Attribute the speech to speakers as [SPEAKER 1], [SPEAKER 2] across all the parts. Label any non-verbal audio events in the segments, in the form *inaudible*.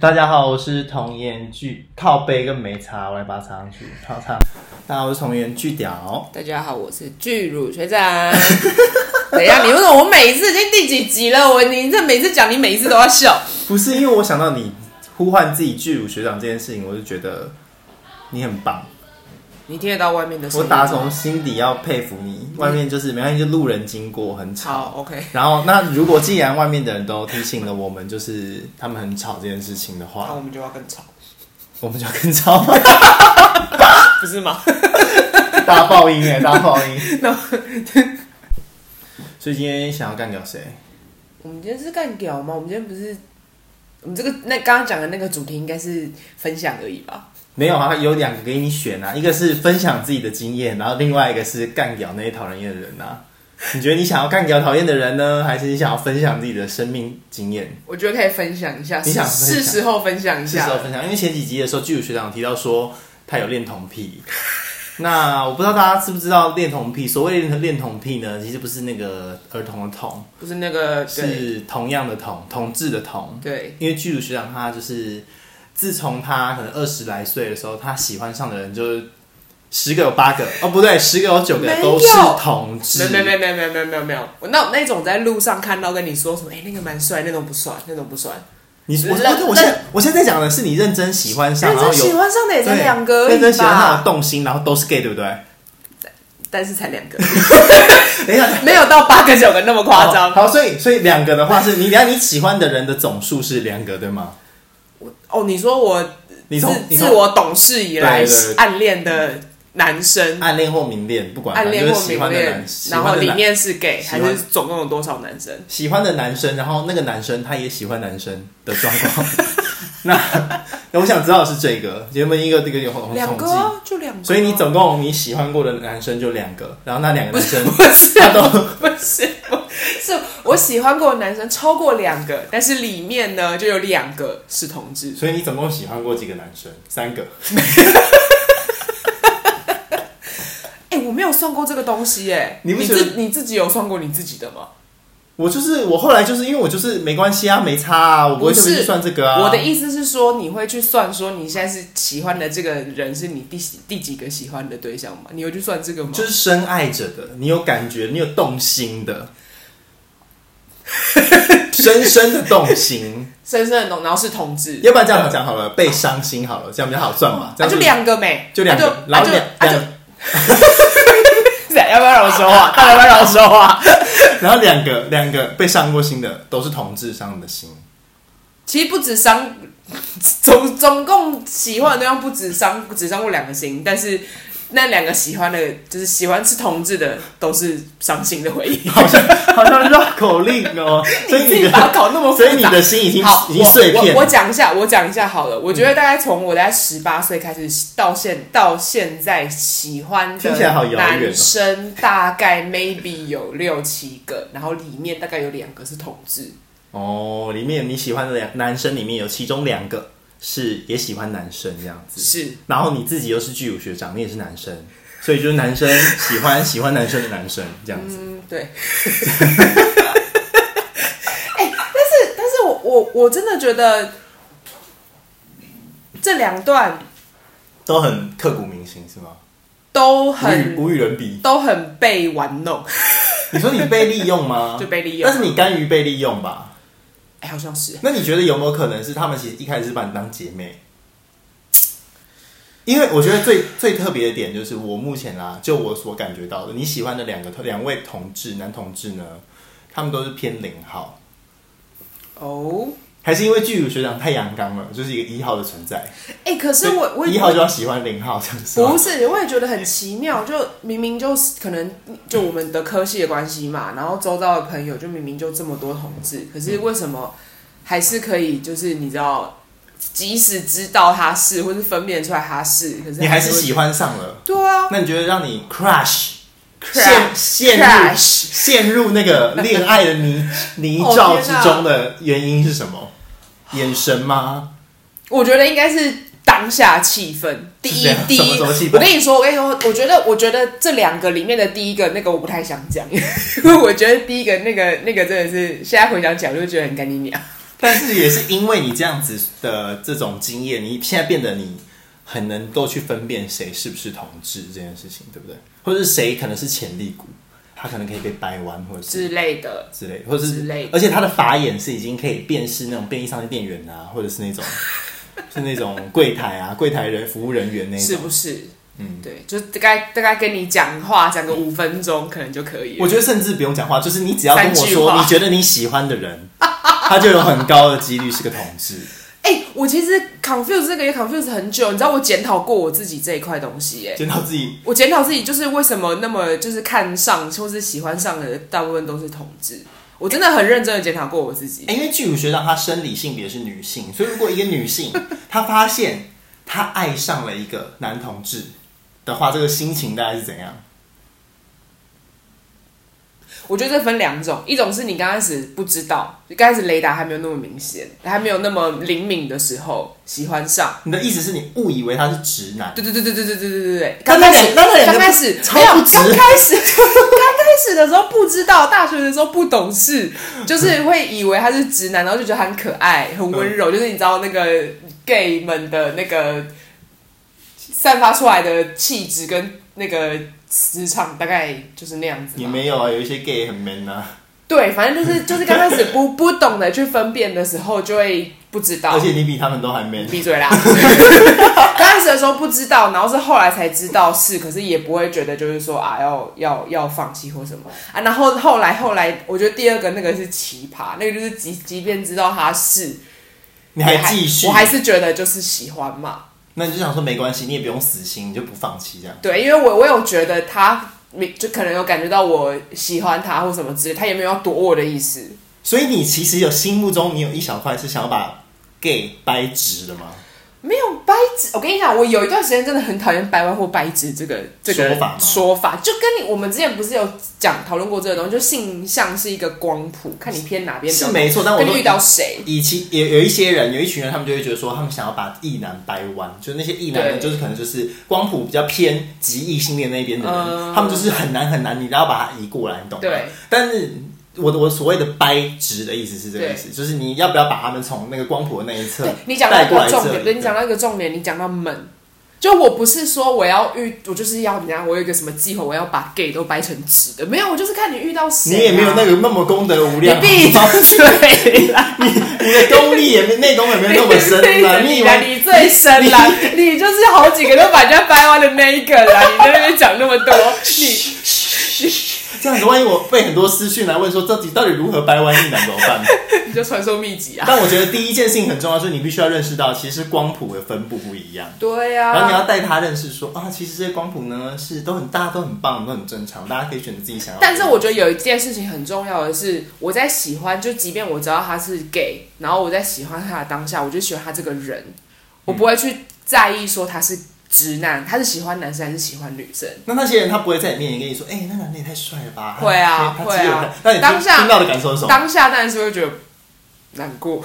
[SPEAKER 1] 大家好，我是童颜巨靠背跟没擦，我来把它插上去，好插。大家好，我是童颜巨屌。
[SPEAKER 2] 大家好，我是巨乳学长。 *laughs* 等一下，你为什么我每一次已经第几集了？我你这每次讲，你每一次都要笑。
[SPEAKER 1] 不是因为我想到你呼唤自己巨乳学长这件事情，我就觉得你很棒。
[SPEAKER 2] 你听得到外面的声
[SPEAKER 1] 我
[SPEAKER 2] 音？
[SPEAKER 1] 打从心底要佩服你。外面就是没关系，就路人经过很吵。
[SPEAKER 2] 好，OK。
[SPEAKER 1] 然后，那如果既然外面的人都提醒了我们，就是他们很吵这件事情的
[SPEAKER 2] 那
[SPEAKER 1] 话，
[SPEAKER 2] 我们就要更吵，
[SPEAKER 1] 我们就要更吵，
[SPEAKER 2] 不是吗？
[SPEAKER 1] 大爆音哎，大爆音。
[SPEAKER 2] 那
[SPEAKER 1] 所以今天想要干掉谁？
[SPEAKER 2] 我们今天是干屌吗？我们今天不是，我们这个那刚刚讲的那个主题应该是分享而已吧？
[SPEAKER 1] 没有啊，有两个给你选啊，一个是分享自己的经验，然后另外一个是干掉那些讨人厌的人啊。你觉得你想要干掉讨厌的人呢，还是你想要分享自己的生命经验？
[SPEAKER 2] 我觉得可以分享一下，
[SPEAKER 1] 你想分享
[SPEAKER 2] 是是时候分享一
[SPEAKER 1] 是时
[SPEAKER 2] 下
[SPEAKER 1] 候
[SPEAKER 2] 了。
[SPEAKER 1] 分享，因为前几集的时候，剧组学长有提到说他有恋童癖。那我不知道大家知不知道恋童癖？所谓的恋童癖呢，其实不是那个儿童的童，
[SPEAKER 2] 不是那个对
[SPEAKER 1] 是同样的同，同志的同。
[SPEAKER 2] 对，
[SPEAKER 1] 因为剧组学长他就是，自从他可能二十来岁的时候，他喜欢上的人就是十个有八个，哦不对，十个有九个
[SPEAKER 2] 没有
[SPEAKER 1] 都是同志。
[SPEAKER 2] 没有没有没有没有没有没有没有，我那那种在路上看到跟你说什么，哎、那个蛮帅，那种不帅，那种不帅。
[SPEAKER 1] 你我
[SPEAKER 2] 认
[SPEAKER 1] 我我现在我现在在讲的是你认真喜欢上，
[SPEAKER 2] 认
[SPEAKER 1] 然后
[SPEAKER 2] 真喜
[SPEAKER 1] 有
[SPEAKER 2] 欢上的也才
[SPEAKER 1] 对
[SPEAKER 2] 两个而
[SPEAKER 1] 认真
[SPEAKER 2] 已
[SPEAKER 1] 喜欢上的
[SPEAKER 2] 吧，
[SPEAKER 1] 动心，然后都是 gay，对不对？
[SPEAKER 2] 但是才两
[SPEAKER 1] *laughs*
[SPEAKER 2] 个，
[SPEAKER 1] 等一下。
[SPEAKER 2] 没有到八个九个那么夸张。
[SPEAKER 1] 好，好所以所以两个的话是你，等一下你喜欢的人的总数是两个，对吗？
[SPEAKER 2] *laughs* 哦，你说我
[SPEAKER 1] 你
[SPEAKER 2] 自
[SPEAKER 1] 从你
[SPEAKER 2] 自
[SPEAKER 1] 从
[SPEAKER 2] 我懂事以来
[SPEAKER 1] 对对对
[SPEAKER 2] 暗恋的男生，
[SPEAKER 1] 暗恋或明恋，不管
[SPEAKER 2] 暗恋
[SPEAKER 1] 反正
[SPEAKER 2] 或
[SPEAKER 1] 就是喜
[SPEAKER 2] 明
[SPEAKER 1] 欢的
[SPEAKER 2] 恋
[SPEAKER 1] 男，，喜
[SPEAKER 2] 然后
[SPEAKER 1] 欢的
[SPEAKER 2] 里
[SPEAKER 1] 男
[SPEAKER 2] 面是 gay，
[SPEAKER 1] 喜
[SPEAKER 2] 还
[SPEAKER 1] 欢哦
[SPEAKER 2] 是总共有多少男生？
[SPEAKER 1] 喜欢的男生，然后那个男生他也喜欢男生的状
[SPEAKER 2] *laughs*
[SPEAKER 1] 况。那那我想知道的是这个，有没有一个这个有统
[SPEAKER 2] 两
[SPEAKER 1] 统
[SPEAKER 2] 个
[SPEAKER 1] 计？
[SPEAKER 2] 啊，就两个啊。
[SPEAKER 1] 所以你总共你喜欢过的男生就两个，然后那两个
[SPEAKER 2] 不
[SPEAKER 1] 男
[SPEAKER 2] 是
[SPEAKER 1] 生
[SPEAKER 2] 不是
[SPEAKER 1] 他都
[SPEAKER 2] *laughs* 不是不是，我喜欢过的男生超过两个，但是里面呢就有两个是同志。
[SPEAKER 1] 所以你总共喜欢过几个男生？三个。
[SPEAKER 2] 哎、我没有算过这个东西哎、
[SPEAKER 1] 你不觉得
[SPEAKER 2] 自你自己有算过你自己的吗？
[SPEAKER 1] 我就是我后来就是因为我就是没关系啊，没差啊，我不会
[SPEAKER 2] 不
[SPEAKER 1] 特
[SPEAKER 2] 是
[SPEAKER 1] 别去算这个啊。
[SPEAKER 2] 我的意思是说，你会去算说你现在是喜欢的这个人是你第第几个喜欢的对象吗？你会去算这个吗？
[SPEAKER 1] 就是深爱着的，你有感觉，你有动心
[SPEAKER 2] *laughs*
[SPEAKER 1] 的，深深的动心。
[SPEAKER 2] 深深的懂，然后是同志，
[SPEAKER 1] 要不然这样讲好了，被伤心好了，这样比较好算嘛。这
[SPEAKER 2] 啊、
[SPEAKER 1] 样
[SPEAKER 2] 就
[SPEAKER 1] 子
[SPEAKER 2] 两个没，
[SPEAKER 1] 就两个，
[SPEAKER 2] 啊就
[SPEAKER 1] 然后两、
[SPEAKER 2] 啊就
[SPEAKER 1] 两，
[SPEAKER 2] 是啊要不要让我说话？大家要不要让我说话？
[SPEAKER 1] *laughs* 然后两个两个被伤过心的都是同志伤的
[SPEAKER 2] *laughs*
[SPEAKER 1] 心，
[SPEAKER 2] 其实不止伤，总总共喜欢的对象不止伤，只伤过两个心，但是那两个喜欢的，就是喜欢吃同志的，都是伤心的回忆。
[SPEAKER 1] 好像好像绕口令
[SPEAKER 2] *laughs*
[SPEAKER 1] 哦。所以
[SPEAKER 2] 自
[SPEAKER 1] 你
[SPEAKER 2] 己把它
[SPEAKER 1] 的
[SPEAKER 2] 搞那么复
[SPEAKER 1] 所
[SPEAKER 2] 杂，
[SPEAKER 1] 以你的心已经
[SPEAKER 2] 好，
[SPEAKER 1] 已经碎片
[SPEAKER 2] 我我我
[SPEAKER 1] 了。
[SPEAKER 2] 讲一下，我讲一下好了。我觉得大概从我在十八岁开始到现到现在喜欢
[SPEAKER 1] 听起来好
[SPEAKER 2] 的
[SPEAKER 1] 遥远哦
[SPEAKER 2] 男生，大概 maybe 有六七个，然后里面大概有两个是同志。
[SPEAKER 1] 哦，里面你喜欢的两男生里面有其中两个是也喜欢男生这样子，
[SPEAKER 2] 是，
[SPEAKER 1] 然后你自己又是巨乳学长，你也是男生，所以就是男生喜欢喜欢男生的男生这样子。
[SPEAKER 2] 嗯，对。哎、 *laughs* 但是但是我我我真的觉得这两段
[SPEAKER 1] 都很刻骨铭心，是吗？
[SPEAKER 2] 都
[SPEAKER 1] 无与
[SPEAKER 2] 很
[SPEAKER 1] 无与伦比。
[SPEAKER 2] 都很被玩弄，
[SPEAKER 1] 你说你被利用吗？
[SPEAKER 2] 就被利用
[SPEAKER 1] 但。是你甘于被利用吧？
[SPEAKER 2] 哎、好像是。
[SPEAKER 1] 那你觉得有没有可能是他们其实一开始是把你当姐妹？因为我觉得最最特别的点就是，我目前啦，就我所感觉到的，你喜欢的两个两位同志男同志呢，他们都是偏零号，
[SPEAKER 2] 哦，
[SPEAKER 1] 还是因为剧组学长太阳刚了，就是一个一号的存在，
[SPEAKER 2] 哎、可是我我
[SPEAKER 1] 一号就要喜欢零号这样子吗。
[SPEAKER 2] 不是，我也觉得很奇妙，就明明就是可能就我们的科系的关系嘛，然后周遭的朋友就明明就这么多同志，可是为什么还是可以就是你知道，即使知道他是，或是分辨出来他是，可是
[SPEAKER 1] 你还是
[SPEAKER 2] 会
[SPEAKER 1] 喜欢上了，
[SPEAKER 2] 对啊，
[SPEAKER 1] 那你觉得让你 crush 陷
[SPEAKER 2] Crush，
[SPEAKER 1] 陷入
[SPEAKER 2] crush
[SPEAKER 1] 陷入那个恋爱的泥泥沼之中的原因是什么？
[SPEAKER 2] 哦
[SPEAKER 1] 眼神吗？
[SPEAKER 2] 我觉得应该是当下气氛。第
[SPEAKER 1] 是这
[SPEAKER 2] 一
[SPEAKER 1] 样，
[SPEAKER 2] 第
[SPEAKER 1] 啊什么
[SPEAKER 2] 一
[SPEAKER 1] 什么气氛，
[SPEAKER 2] 我跟你说，我跟你说，我觉得，我觉得这两个里面的第一个那个我不 *laughs* 太想讲，因为我觉得第一个那个那个真的是现在回想起来我就觉得很干净娘。
[SPEAKER 1] 但是也是因为你这样子的这种经验，你现在变得你很能够去分辨谁是不是同志这件事情，对不对？或者是谁可能是潜力股，他可能可以被掰弯，或者是
[SPEAKER 2] 之类的。
[SPEAKER 1] 之类，或者是
[SPEAKER 2] 之类的
[SPEAKER 1] 而且他的法眼是已经可以辨识那种便利商店店员啊，或者是那种 *laughs* 是那种柜台啊、柜台人服务人员那种。
[SPEAKER 2] 是不是？嗯，对，就大概大概跟你讲话讲个五分钟，可能就可以
[SPEAKER 1] 我
[SPEAKER 2] 了。
[SPEAKER 1] 觉得甚至不用讲话，就是你只要跟我
[SPEAKER 2] 三句
[SPEAKER 1] 说
[SPEAKER 2] 话
[SPEAKER 1] 你觉得你喜欢的人， *laughs* 他就有很高的几率是个同志。
[SPEAKER 2] 哎、我其实 confuse 这个也 confuse 很久，你知道我检讨过我自己这一块东西、哎，
[SPEAKER 1] 见到自己
[SPEAKER 2] 我检讨自己就是为什么那么就是看上或是喜欢上的人大部分都是同志，我真的很认真的检讨过我自己。
[SPEAKER 1] 欸因为巨乳学长他生理性别是女性，所以如果一个女
[SPEAKER 2] *laughs*
[SPEAKER 1] 性她发现她爱上了一个男同志的话，这个心情大概是怎样？
[SPEAKER 2] 我觉得这分两种，一种是你刚开始不知道，就刚开始雷达还没有那么明显，还没有那么灵敏的时候喜欢上。
[SPEAKER 1] 你的意思是你误以为他是直男？
[SPEAKER 2] 对对对对对对对对对对，
[SPEAKER 1] 但
[SPEAKER 2] 刚
[SPEAKER 1] 那
[SPEAKER 2] 开
[SPEAKER 1] 两
[SPEAKER 2] 始，
[SPEAKER 1] 但那两个
[SPEAKER 2] 刚开始
[SPEAKER 1] 超
[SPEAKER 2] 没有，
[SPEAKER 1] 不值
[SPEAKER 2] 刚开始， *laughs* 刚开始的时候不知道，大学的时候不懂事，就是会以为他是直男，然后就觉得他很可爱、很温
[SPEAKER 1] 嗯
[SPEAKER 2] 柔，就是你知道那个 gay 们的那个散发出来的气质跟那个磁场，大概就是那样子
[SPEAKER 1] 也
[SPEAKER 2] 嘛。
[SPEAKER 1] 没有啊，有一些 gay 很 man 啊，
[SPEAKER 2] 对，反正就是就是刚开始不不懂得去分辨的时候，就会不知道
[SPEAKER 1] 而。且你比他们都还 man。
[SPEAKER 2] 闭嘴啦！刚开始的时候不知道，然后是后来才知道是，可是也不会觉得就是说啊要要要放弃或什么啊。然后后来后来，我觉得第二个那个是奇葩，那个就是即即便知道他是，
[SPEAKER 1] 你还继续？
[SPEAKER 2] 我还是觉得就是喜欢嘛。
[SPEAKER 1] 那你就想说没关系，你也不用死心，你就不放弃这样。
[SPEAKER 2] 对，因为我我有觉得他就可能有感觉到我喜欢他或什么之类，他也没有要躲我的意思。
[SPEAKER 1] 所以你其实有心目中你有一小块是想要把 gay 掰直的吗？
[SPEAKER 2] 没有掰直，我跟你讲，我有一段时间真的很讨厌掰弯或掰直这个这个
[SPEAKER 1] 说法吗
[SPEAKER 2] 说法就跟你我们之前不是有讲讨论过这个东西，就性向是一个光谱，看你偏哪边比较
[SPEAKER 1] 是没错，但我
[SPEAKER 2] 跟
[SPEAKER 1] 都
[SPEAKER 2] 你遇到谁，
[SPEAKER 1] 以其有有一些人，有一群人，他们就会觉得说，他们想要把异男掰弯，就是那些异男人，
[SPEAKER 2] 对
[SPEAKER 1] 就是可能就是光谱比较偏极异性恋那一边的人，
[SPEAKER 2] 嗯
[SPEAKER 1] 他们就是很难很难，你都要把它移过来，你懂吗？
[SPEAKER 2] 对。
[SPEAKER 1] 但是我的我所谓的掰直的意思是这个意思，就是你要不要把他们从那个光谱的那一侧
[SPEAKER 2] 对你讲到
[SPEAKER 1] 带
[SPEAKER 2] 一
[SPEAKER 1] 过来
[SPEAKER 2] 个
[SPEAKER 1] 这
[SPEAKER 2] 重
[SPEAKER 1] 里？
[SPEAKER 2] 点，对你讲到一个重点，你讲到门。就我不是说我要遇，我就是要怎样，我有一个什么计划，我要把 gay 都掰成直的，没有，我就是看你遇到谁、
[SPEAKER 1] 你也没有那
[SPEAKER 2] 个，
[SPEAKER 1] 个那么功德无
[SPEAKER 2] 你
[SPEAKER 1] 量，
[SPEAKER 2] 闭嘴啦！
[SPEAKER 1] *laughs* 你的功力也没内功也
[SPEAKER 2] *laughs*
[SPEAKER 1] 没那么深啦，你以
[SPEAKER 2] 啦，
[SPEAKER 1] 为
[SPEAKER 2] 你最深啦，你就是好几个都把人家掰弯的那一个 *laughs* 啦，你在那边讲那么多，你
[SPEAKER 1] 这样子，万一我被很多私讯来问说，到底到底如何掰弯异男怎么办？
[SPEAKER 2] *laughs* 你就传授秘籍啊？
[SPEAKER 1] 但我觉得第一件事情很重要，就是你必须要认识到，其实光谱的分布不一样。
[SPEAKER 2] 对
[SPEAKER 1] 然后你要
[SPEAKER 2] 啊，
[SPEAKER 1] 带他认识说啊，其实这些光谱呢是都很大，都很棒，都很正常，大家可以选择自己想要的。
[SPEAKER 2] 但是我觉得有一件事情很重要的是，我在喜欢，就即便我知道他是 gay，然后我在喜欢他的当下，我就喜欢他这个人，我不会去在意说他是直男，他是喜欢男生还是喜欢女生。
[SPEAKER 1] 那那些人他不会在你面前跟你说，哎、那男的也太帅了吧？
[SPEAKER 2] 会啊
[SPEAKER 1] 他
[SPEAKER 2] 会
[SPEAKER 1] 他肌肉
[SPEAKER 2] 啊
[SPEAKER 1] 那你
[SPEAKER 2] 当
[SPEAKER 1] 听
[SPEAKER 2] 下
[SPEAKER 1] 听到的感受是什么？
[SPEAKER 2] 当下当然是会觉得难过，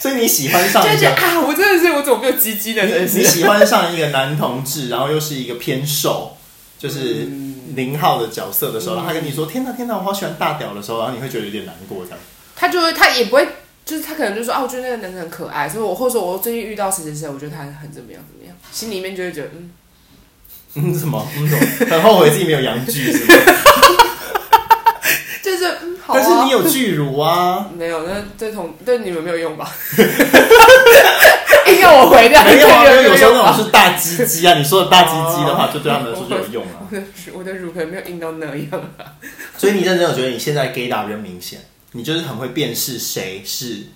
[SPEAKER 1] 所以你喜欢上
[SPEAKER 2] 就会
[SPEAKER 1] 一
[SPEAKER 2] 觉得
[SPEAKER 1] 个，
[SPEAKER 2] 啊，我真的是我怎么没有鸡鸡呢？
[SPEAKER 1] 你
[SPEAKER 2] 真
[SPEAKER 1] *laughs*
[SPEAKER 2] 的
[SPEAKER 1] 你
[SPEAKER 2] 是。
[SPEAKER 1] 喜欢上一个男同志，然后又是一个偏瘦，就是零号的角色的时候，然后他跟你说，天哪天哪，我好喜欢大屌的时候，然后你会觉得有点难过 *laughs* 这样。
[SPEAKER 2] 他就会，他也不会，就是他可能就说啊，我觉得那个男生很可爱，所以我或者说我最近遇到谁谁谁，我觉得他很怎么样怎么样，心里面就会觉得嗯，
[SPEAKER 1] 嗯，什么？嗯，什么？很后悔自己没有阳具， *laughs* 是吗？
[SPEAKER 2] 就是嗯好啊。
[SPEAKER 1] 但是你有巨乳 *laughs* 啊，
[SPEAKER 2] 没有？那对同对你们没有用吧？哎硬要我回掉，
[SPEAKER 1] 没有啊，因为有时候
[SPEAKER 2] 用
[SPEAKER 1] 那
[SPEAKER 2] 吧
[SPEAKER 1] 种是大鸡鸡啊，你说的大鸡鸡的话，就对他们来说就有用啊。 *laughs*
[SPEAKER 2] *laughs* 我的我的乳可能没有硬到那样啊。
[SPEAKER 1] 所以你认真，我觉得你现在 gay 打比较明显，你就是很会辨识谁是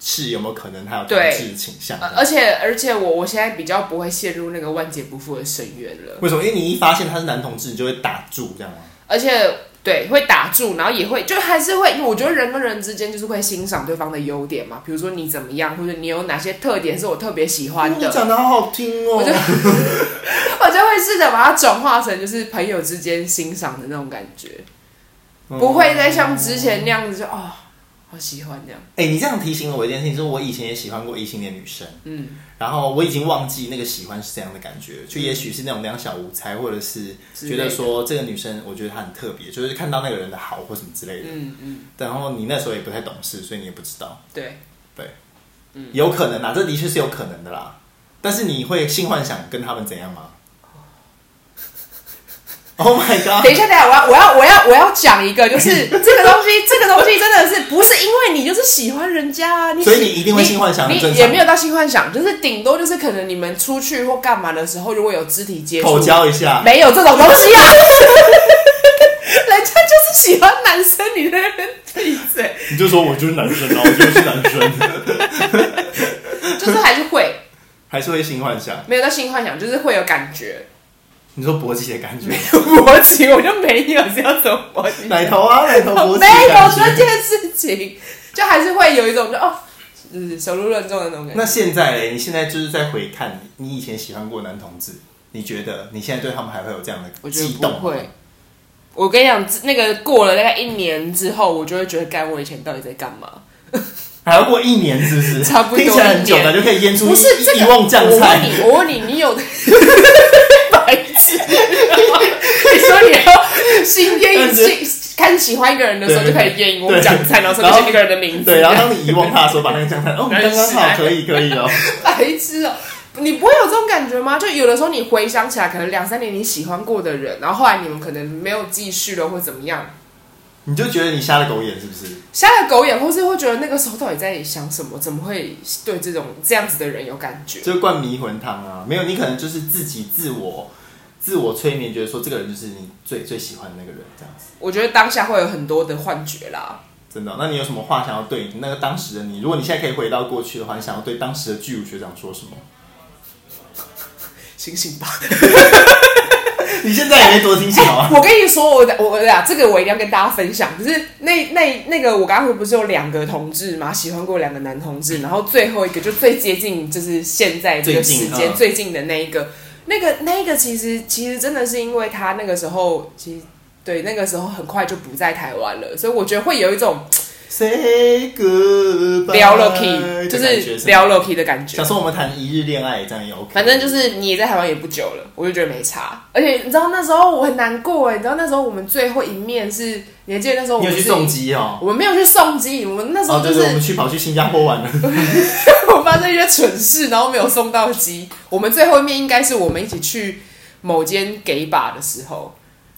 [SPEAKER 1] 是有没有可能他有同志倾向
[SPEAKER 2] 呃
[SPEAKER 1] 的。
[SPEAKER 2] 而且而且我我现在比较不会陷入那个万劫不复的深渊了，
[SPEAKER 1] 为什么？因为你一发现他是男同志，你就会打住，这样吗？
[SPEAKER 2] 而且对会打住，然后也会就还是会，因为我觉得人跟人之间就是会欣赏对方的优点嘛，比如说你怎么样，或者你有哪些特点是我特别喜欢
[SPEAKER 1] 哦
[SPEAKER 2] 的，
[SPEAKER 1] 讲的好好听
[SPEAKER 2] 我就
[SPEAKER 1] 哦。
[SPEAKER 2] 我就会试着把它转化成就是朋友之间欣赏的那种感觉，不会再像之前那样子就哦，好喜欢这样。
[SPEAKER 1] *laughs* 哎、你这样提醒了我一件事情，就是我以前也喜欢过异性恋女生，
[SPEAKER 2] 嗯，
[SPEAKER 1] 然后我已经忘记那个喜欢是怎样的感觉，就也许是那种两小无猜，或者是
[SPEAKER 2] 之类
[SPEAKER 1] 觉
[SPEAKER 2] 的
[SPEAKER 1] 得说这个女生，我觉得她很特别，就是看到那个人的好或什么之类的。
[SPEAKER 2] 嗯嗯，
[SPEAKER 1] 然后你那时候也不太懂事，所以你也不知道，
[SPEAKER 2] 对，
[SPEAKER 1] 对，
[SPEAKER 2] 嗯
[SPEAKER 1] 有可能啦，啊这的确是有可能的啦。但是你会性幻想跟他们怎样
[SPEAKER 2] *laughs*
[SPEAKER 1] 吗？Oh my
[SPEAKER 2] *laughs* 等一
[SPEAKER 1] god！
[SPEAKER 2] 下，等一下，我要，我要，我要，我要讲一个，就是 *laughs* 这个东西，这个东西真的是不是因为你就是喜欢人家啊，你喜
[SPEAKER 1] 所以你一定会性幻想
[SPEAKER 2] 你
[SPEAKER 1] 很正常
[SPEAKER 2] 也没有到性幻想，就是顶多就是可能你们出去或干嘛的时候，如果有肢体接触，
[SPEAKER 1] 口交一下，
[SPEAKER 2] 没有这种东西啊。 *laughs* 人家就是喜欢男生，你在那边闭嘴，
[SPEAKER 3] 你就说我就是男生啊，我就是男生。
[SPEAKER 2] 就是还是会
[SPEAKER 1] 还是会性幻想。
[SPEAKER 2] 没有到性幻想，就是会有感觉。
[SPEAKER 1] 你说勃起的感觉，
[SPEAKER 2] 勃起 *laughs* 我就没有，是要怎么勃
[SPEAKER 1] *laughs*
[SPEAKER 2] 起？
[SPEAKER 1] 奶头啊，奶头勃起
[SPEAKER 2] 没
[SPEAKER 1] 的
[SPEAKER 2] 有
[SPEAKER 1] 感
[SPEAKER 2] 这
[SPEAKER 1] 觉。
[SPEAKER 2] 件事情，就还是会有一种就哦，就是手如论重的那种感觉。
[SPEAKER 1] 那现在嘞，你现在就是在回看你你以前喜欢过男同志，你觉得你现在对他们还会有这样
[SPEAKER 2] 我
[SPEAKER 1] 的
[SPEAKER 2] 觉得
[SPEAKER 1] 激
[SPEAKER 2] 不
[SPEAKER 1] 动吗？
[SPEAKER 2] 会。我跟你讲，自那个过了大概一年之后，我就会觉得，干我以前到底在干嘛？
[SPEAKER 1] 还要过一年是不是？
[SPEAKER 2] *laughs* 差不多
[SPEAKER 1] 听起来很久的
[SPEAKER 2] 一年
[SPEAKER 1] 就可以腌出
[SPEAKER 2] 不是这
[SPEAKER 1] 一
[SPEAKER 2] 个，
[SPEAKER 1] 瓮酱
[SPEAKER 2] 我问
[SPEAKER 1] 菜。
[SPEAKER 2] 你，我问你，你有 *laughs* 白痴？你说你要新
[SPEAKER 1] 但
[SPEAKER 2] 验
[SPEAKER 1] 是
[SPEAKER 2] 新开始喜欢一个人的时候，就
[SPEAKER 1] 对
[SPEAKER 2] 可以验一
[SPEAKER 1] 对
[SPEAKER 2] 瓮酱菜，然后上
[SPEAKER 1] 然后
[SPEAKER 2] 面写那个人的名字。
[SPEAKER 1] 对，然后当你遗忘他的时候，把那个酱菜，哦，
[SPEAKER 2] 然后
[SPEAKER 1] 刚
[SPEAKER 2] 就
[SPEAKER 1] 刚
[SPEAKER 2] 起来
[SPEAKER 1] 好，可以，可以哦。 *laughs*
[SPEAKER 2] 白痴哦、你不会有这种感觉吗？就有的时候你回想起来，可能两三年你喜欢过的人，然后后啊来你们可能没有继续了，或怎么样，
[SPEAKER 1] 你就觉得你瞎了狗眼是不是？
[SPEAKER 2] 瞎了狗眼，或是会觉得那个时候到底在想什么，怎么会对这种这样子的人有感觉？
[SPEAKER 1] 就灌迷魂汤啊，没有，你可能就是自己自我自我催眠，觉得说这个人就是你最最喜欢的那个人这样子。
[SPEAKER 2] 我觉得当下会有很多的幻觉啦。
[SPEAKER 1] 真的哦、那你有什么话想要对那个当时的你？如果你现在可以回到过去的话，你想要对当时的巨乳学长说什么？
[SPEAKER 2] 醒醒吧！
[SPEAKER 1] 你现在也没多清醒 *laughs* 好吗？
[SPEAKER 2] *laughs* 我跟你说，我我我俩这个我一定要跟大家分享，就是那那那个我刚刚不是有两个同志嘛，喜欢过两个男同志，然后最后一个就最接近就是现在这个
[SPEAKER 1] 最近
[SPEAKER 2] 时间
[SPEAKER 1] 嗯
[SPEAKER 2] 最近的那一个，那个那一个其实其实真的是因为他那个时候其实对那个时候很快就不在台湾了，所以我觉得会有一种
[SPEAKER 1] Say goodbye，
[SPEAKER 2] 撩 l o k 就
[SPEAKER 1] 的感觉
[SPEAKER 2] 是撩 l o k 的感觉
[SPEAKER 1] 想。说我们谈一日恋爱这样也 OK，
[SPEAKER 2] 反正就是你也在台湾也不久了，我就觉得没差。而且你知道那时候我很难过哎，你知道那时候我们最后一面是，你还记得那时候我
[SPEAKER 1] 你有
[SPEAKER 2] 们
[SPEAKER 1] 去
[SPEAKER 2] 是
[SPEAKER 1] 重击哦。
[SPEAKER 2] 我们没有去送机，我们那时
[SPEAKER 1] 哦，
[SPEAKER 2] 候就
[SPEAKER 1] 对
[SPEAKER 2] 是、
[SPEAKER 1] 对，我们去跑去新加坡玩了，
[SPEAKER 2] 我 *laughs* 发生一些蠢事，然后没有送到机。我们最后一面应该是我们一起去某间 gay bar 的时候，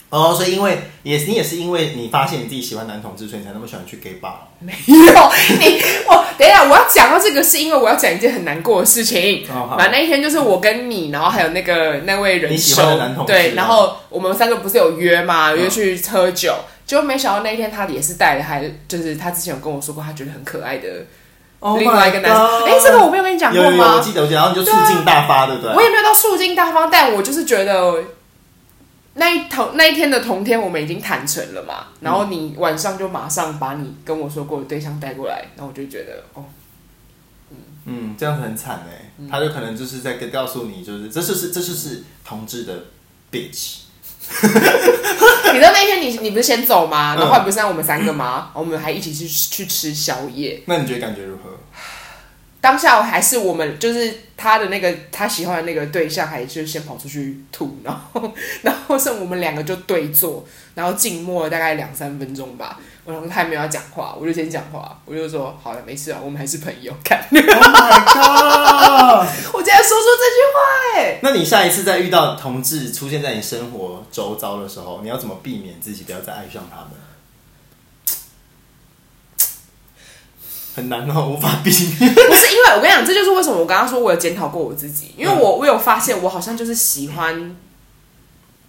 [SPEAKER 1] 哦，所以因为也你也是因为你发现你自己喜欢男同志，所以你才那么喜欢去 gay bar 哦。
[SPEAKER 2] 有你我等一下，我要讲到这个是因为我要讲一件很难过的事情。
[SPEAKER 1] 哦好
[SPEAKER 2] 反正那一天就是我跟你，然后还有那个那位人
[SPEAKER 1] 你喜
[SPEAKER 2] 收
[SPEAKER 1] 欢的男同志
[SPEAKER 2] 对，
[SPEAKER 1] 啊
[SPEAKER 2] 然后我们三个不是有约嘛，约去喝酒，结果没想到那一天他也是带了，还就是他之前有跟我说过，他觉得很可爱的
[SPEAKER 1] Oh
[SPEAKER 2] *laughs* 另外一个
[SPEAKER 1] my
[SPEAKER 2] 男生。
[SPEAKER 1] God
[SPEAKER 2] 哎、这个我没有跟你讲
[SPEAKER 1] 有
[SPEAKER 2] 过
[SPEAKER 1] 有有，
[SPEAKER 2] 吗？
[SPEAKER 1] 我记得我记得，然后你就促进大发，对不对？
[SPEAKER 2] 我也没有到肃静大方，但我就是觉得那一同那一天的同天，我们已经坦诚了嘛。
[SPEAKER 1] 嗯
[SPEAKER 2] 然后你晚上就马上把你跟我说过的对象带过来，然后我就觉得哦，
[SPEAKER 1] 嗯，这样子很惨哎、他就可能就是在跟告诉你，就是这就是这就是同志的 bitch。
[SPEAKER 2] *laughs* 你知道那天你你不是先走
[SPEAKER 1] 嗯
[SPEAKER 2] 吗？然后后来不是让我们三个吗？我们还一起去去吃宵夜。
[SPEAKER 1] 那你觉得感觉如何？
[SPEAKER 2] 当下还是我们就是他的那个他喜欢的那个对象，还是先跑出去吐，然后 *laughs* 然后剩我们两个就对坐，然后静默了大概两三分钟吧。我想说他也没有要讲话，我就先讲话，我就说好了，没事啊，我们还是朋友。 *laughs* 看，
[SPEAKER 1] Oh my god！
[SPEAKER 2] 我竟然说出这句话、哎，
[SPEAKER 1] *laughs* 那你下一次再遇到同志出现在你生活周遭的时候，你要怎么避免自己不要再爱上他们？很难哦，无法避免。
[SPEAKER 2] *laughs* 不是因为我跟你讲，这就是为什么我刚刚说我有检讨过我自己，因为
[SPEAKER 1] 嗯
[SPEAKER 2] 我我有发现我好像就是喜欢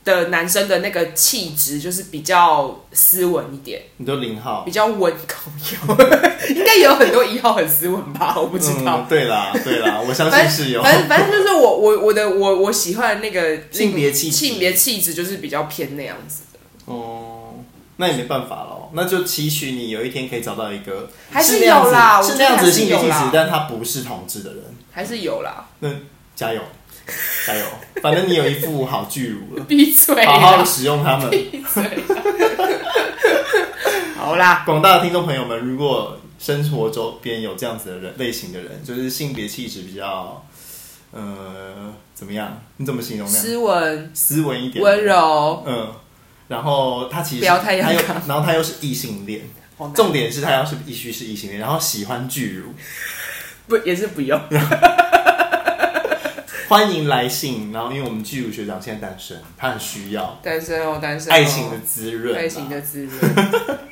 [SPEAKER 2] 的男生的那个气质，就是比较斯文一点。
[SPEAKER 1] 你都零号
[SPEAKER 2] 比，较温口油，应该也有 *laughs* 很多一号很斯文吧，我
[SPEAKER 1] 不
[SPEAKER 2] 不知道。
[SPEAKER 1] 嗯对啦，对啦，我相
[SPEAKER 2] 反
[SPEAKER 1] 信
[SPEAKER 2] 正 *laughs*
[SPEAKER 1] 是有。
[SPEAKER 2] 反正反正就是我我我的我我喜欢的那个
[SPEAKER 1] 性别气质
[SPEAKER 2] 性别气质就是比较偏那样子的，
[SPEAKER 1] 哦，那也没办法喽，那就期许你有一天可以找到一个
[SPEAKER 2] 还是
[SPEAKER 1] 那样
[SPEAKER 2] 有
[SPEAKER 1] 子
[SPEAKER 2] 啦我
[SPEAKER 1] 是那
[SPEAKER 2] 觉得
[SPEAKER 1] 样
[SPEAKER 2] 还
[SPEAKER 1] 子的
[SPEAKER 2] 是
[SPEAKER 1] 性别
[SPEAKER 2] 有
[SPEAKER 1] 气质
[SPEAKER 2] 啦，
[SPEAKER 1] 但他不是同志的人。
[SPEAKER 2] 还是有
[SPEAKER 1] *laughs*
[SPEAKER 2] 啦。，
[SPEAKER 1] 那加油，加油，反正你有一副好巨乳了
[SPEAKER 2] 闭嘴
[SPEAKER 1] 好好的
[SPEAKER 2] 啦！
[SPEAKER 1] 使用它们。
[SPEAKER 2] 闭嘴啦！好啦，
[SPEAKER 1] 广大的听众朋友们，如果生活周边有这样子的人类型的人，就是性别气质比较，呃，怎么样？你怎么形容呢？
[SPEAKER 2] 斯文、
[SPEAKER 1] 斯文一点，
[SPEAKER 2] 温，柔，
[SPEAKER 1] 嗯。然后他其实
[SPEAKER 2] 不要太阳
[SPEAKER 1] 他又，
[SPEAKER 2] 刚
[SPEAKER 1] 然后他又是异性恋，
[SPEAKER 2] 好难
[SPEAKER 1] 重点是他要是必须是异性恋，然后喜欢巨乳，
[SPEAKER 2] 不也是不用。
[SPEAKER 1] 欢迎来信。然后因为我们巨乳学长现在单身，他很需要
[SPEAKER 2] 单身哦，单身哦、
[SPEAKER 1] 爱情的滋润啊，
[SPEAKER 2] 爱情的 *laughs* 滋润，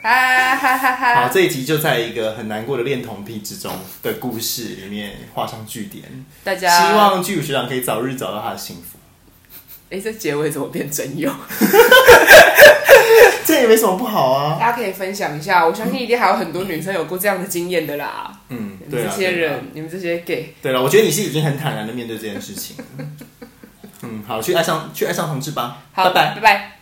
[SPEAKER 2] 嗨嗨嗨
[SPEAKER 1] 好，
[SPEAKER 2] 嗨！
[SPEAKER 1] 这一集就在一个很难过的恋童癖之中的故事里面画上句点。
[SPEAKER 2] 大家
[SPEAKER 1] 希望剧组学长可以早日找到他的幸福。
[SPEAKER 2] 哎、这结尾怎么变真有？
[SPEAKER 1] 这也没什么不好啊。
[SPEAKER 2] *laughs* 大家可以分享一下，我相信一定还有很多女生有过这样的经验的啦。
[SPEAKER 1] 嗯
[SPEAKER 2] 你，
[SPEAKER 1] 对
[SPEAKER 2] 们
[SPEAKER 1] 啊
[SPEAKER 2] 这些。
[SPEAKER 1] 对啊
[SPEAKER 2] 人，你们这些 gay，
[SPEAKER 1] 对了，我觉得你是已经很坦然的面对这件事情了。嗯，好，去爱上去爱上同志吧。
[SPEAKER 2] 好，
[SPEAKER 1] 拜拜。
[SPEAKER 2] 拜拜。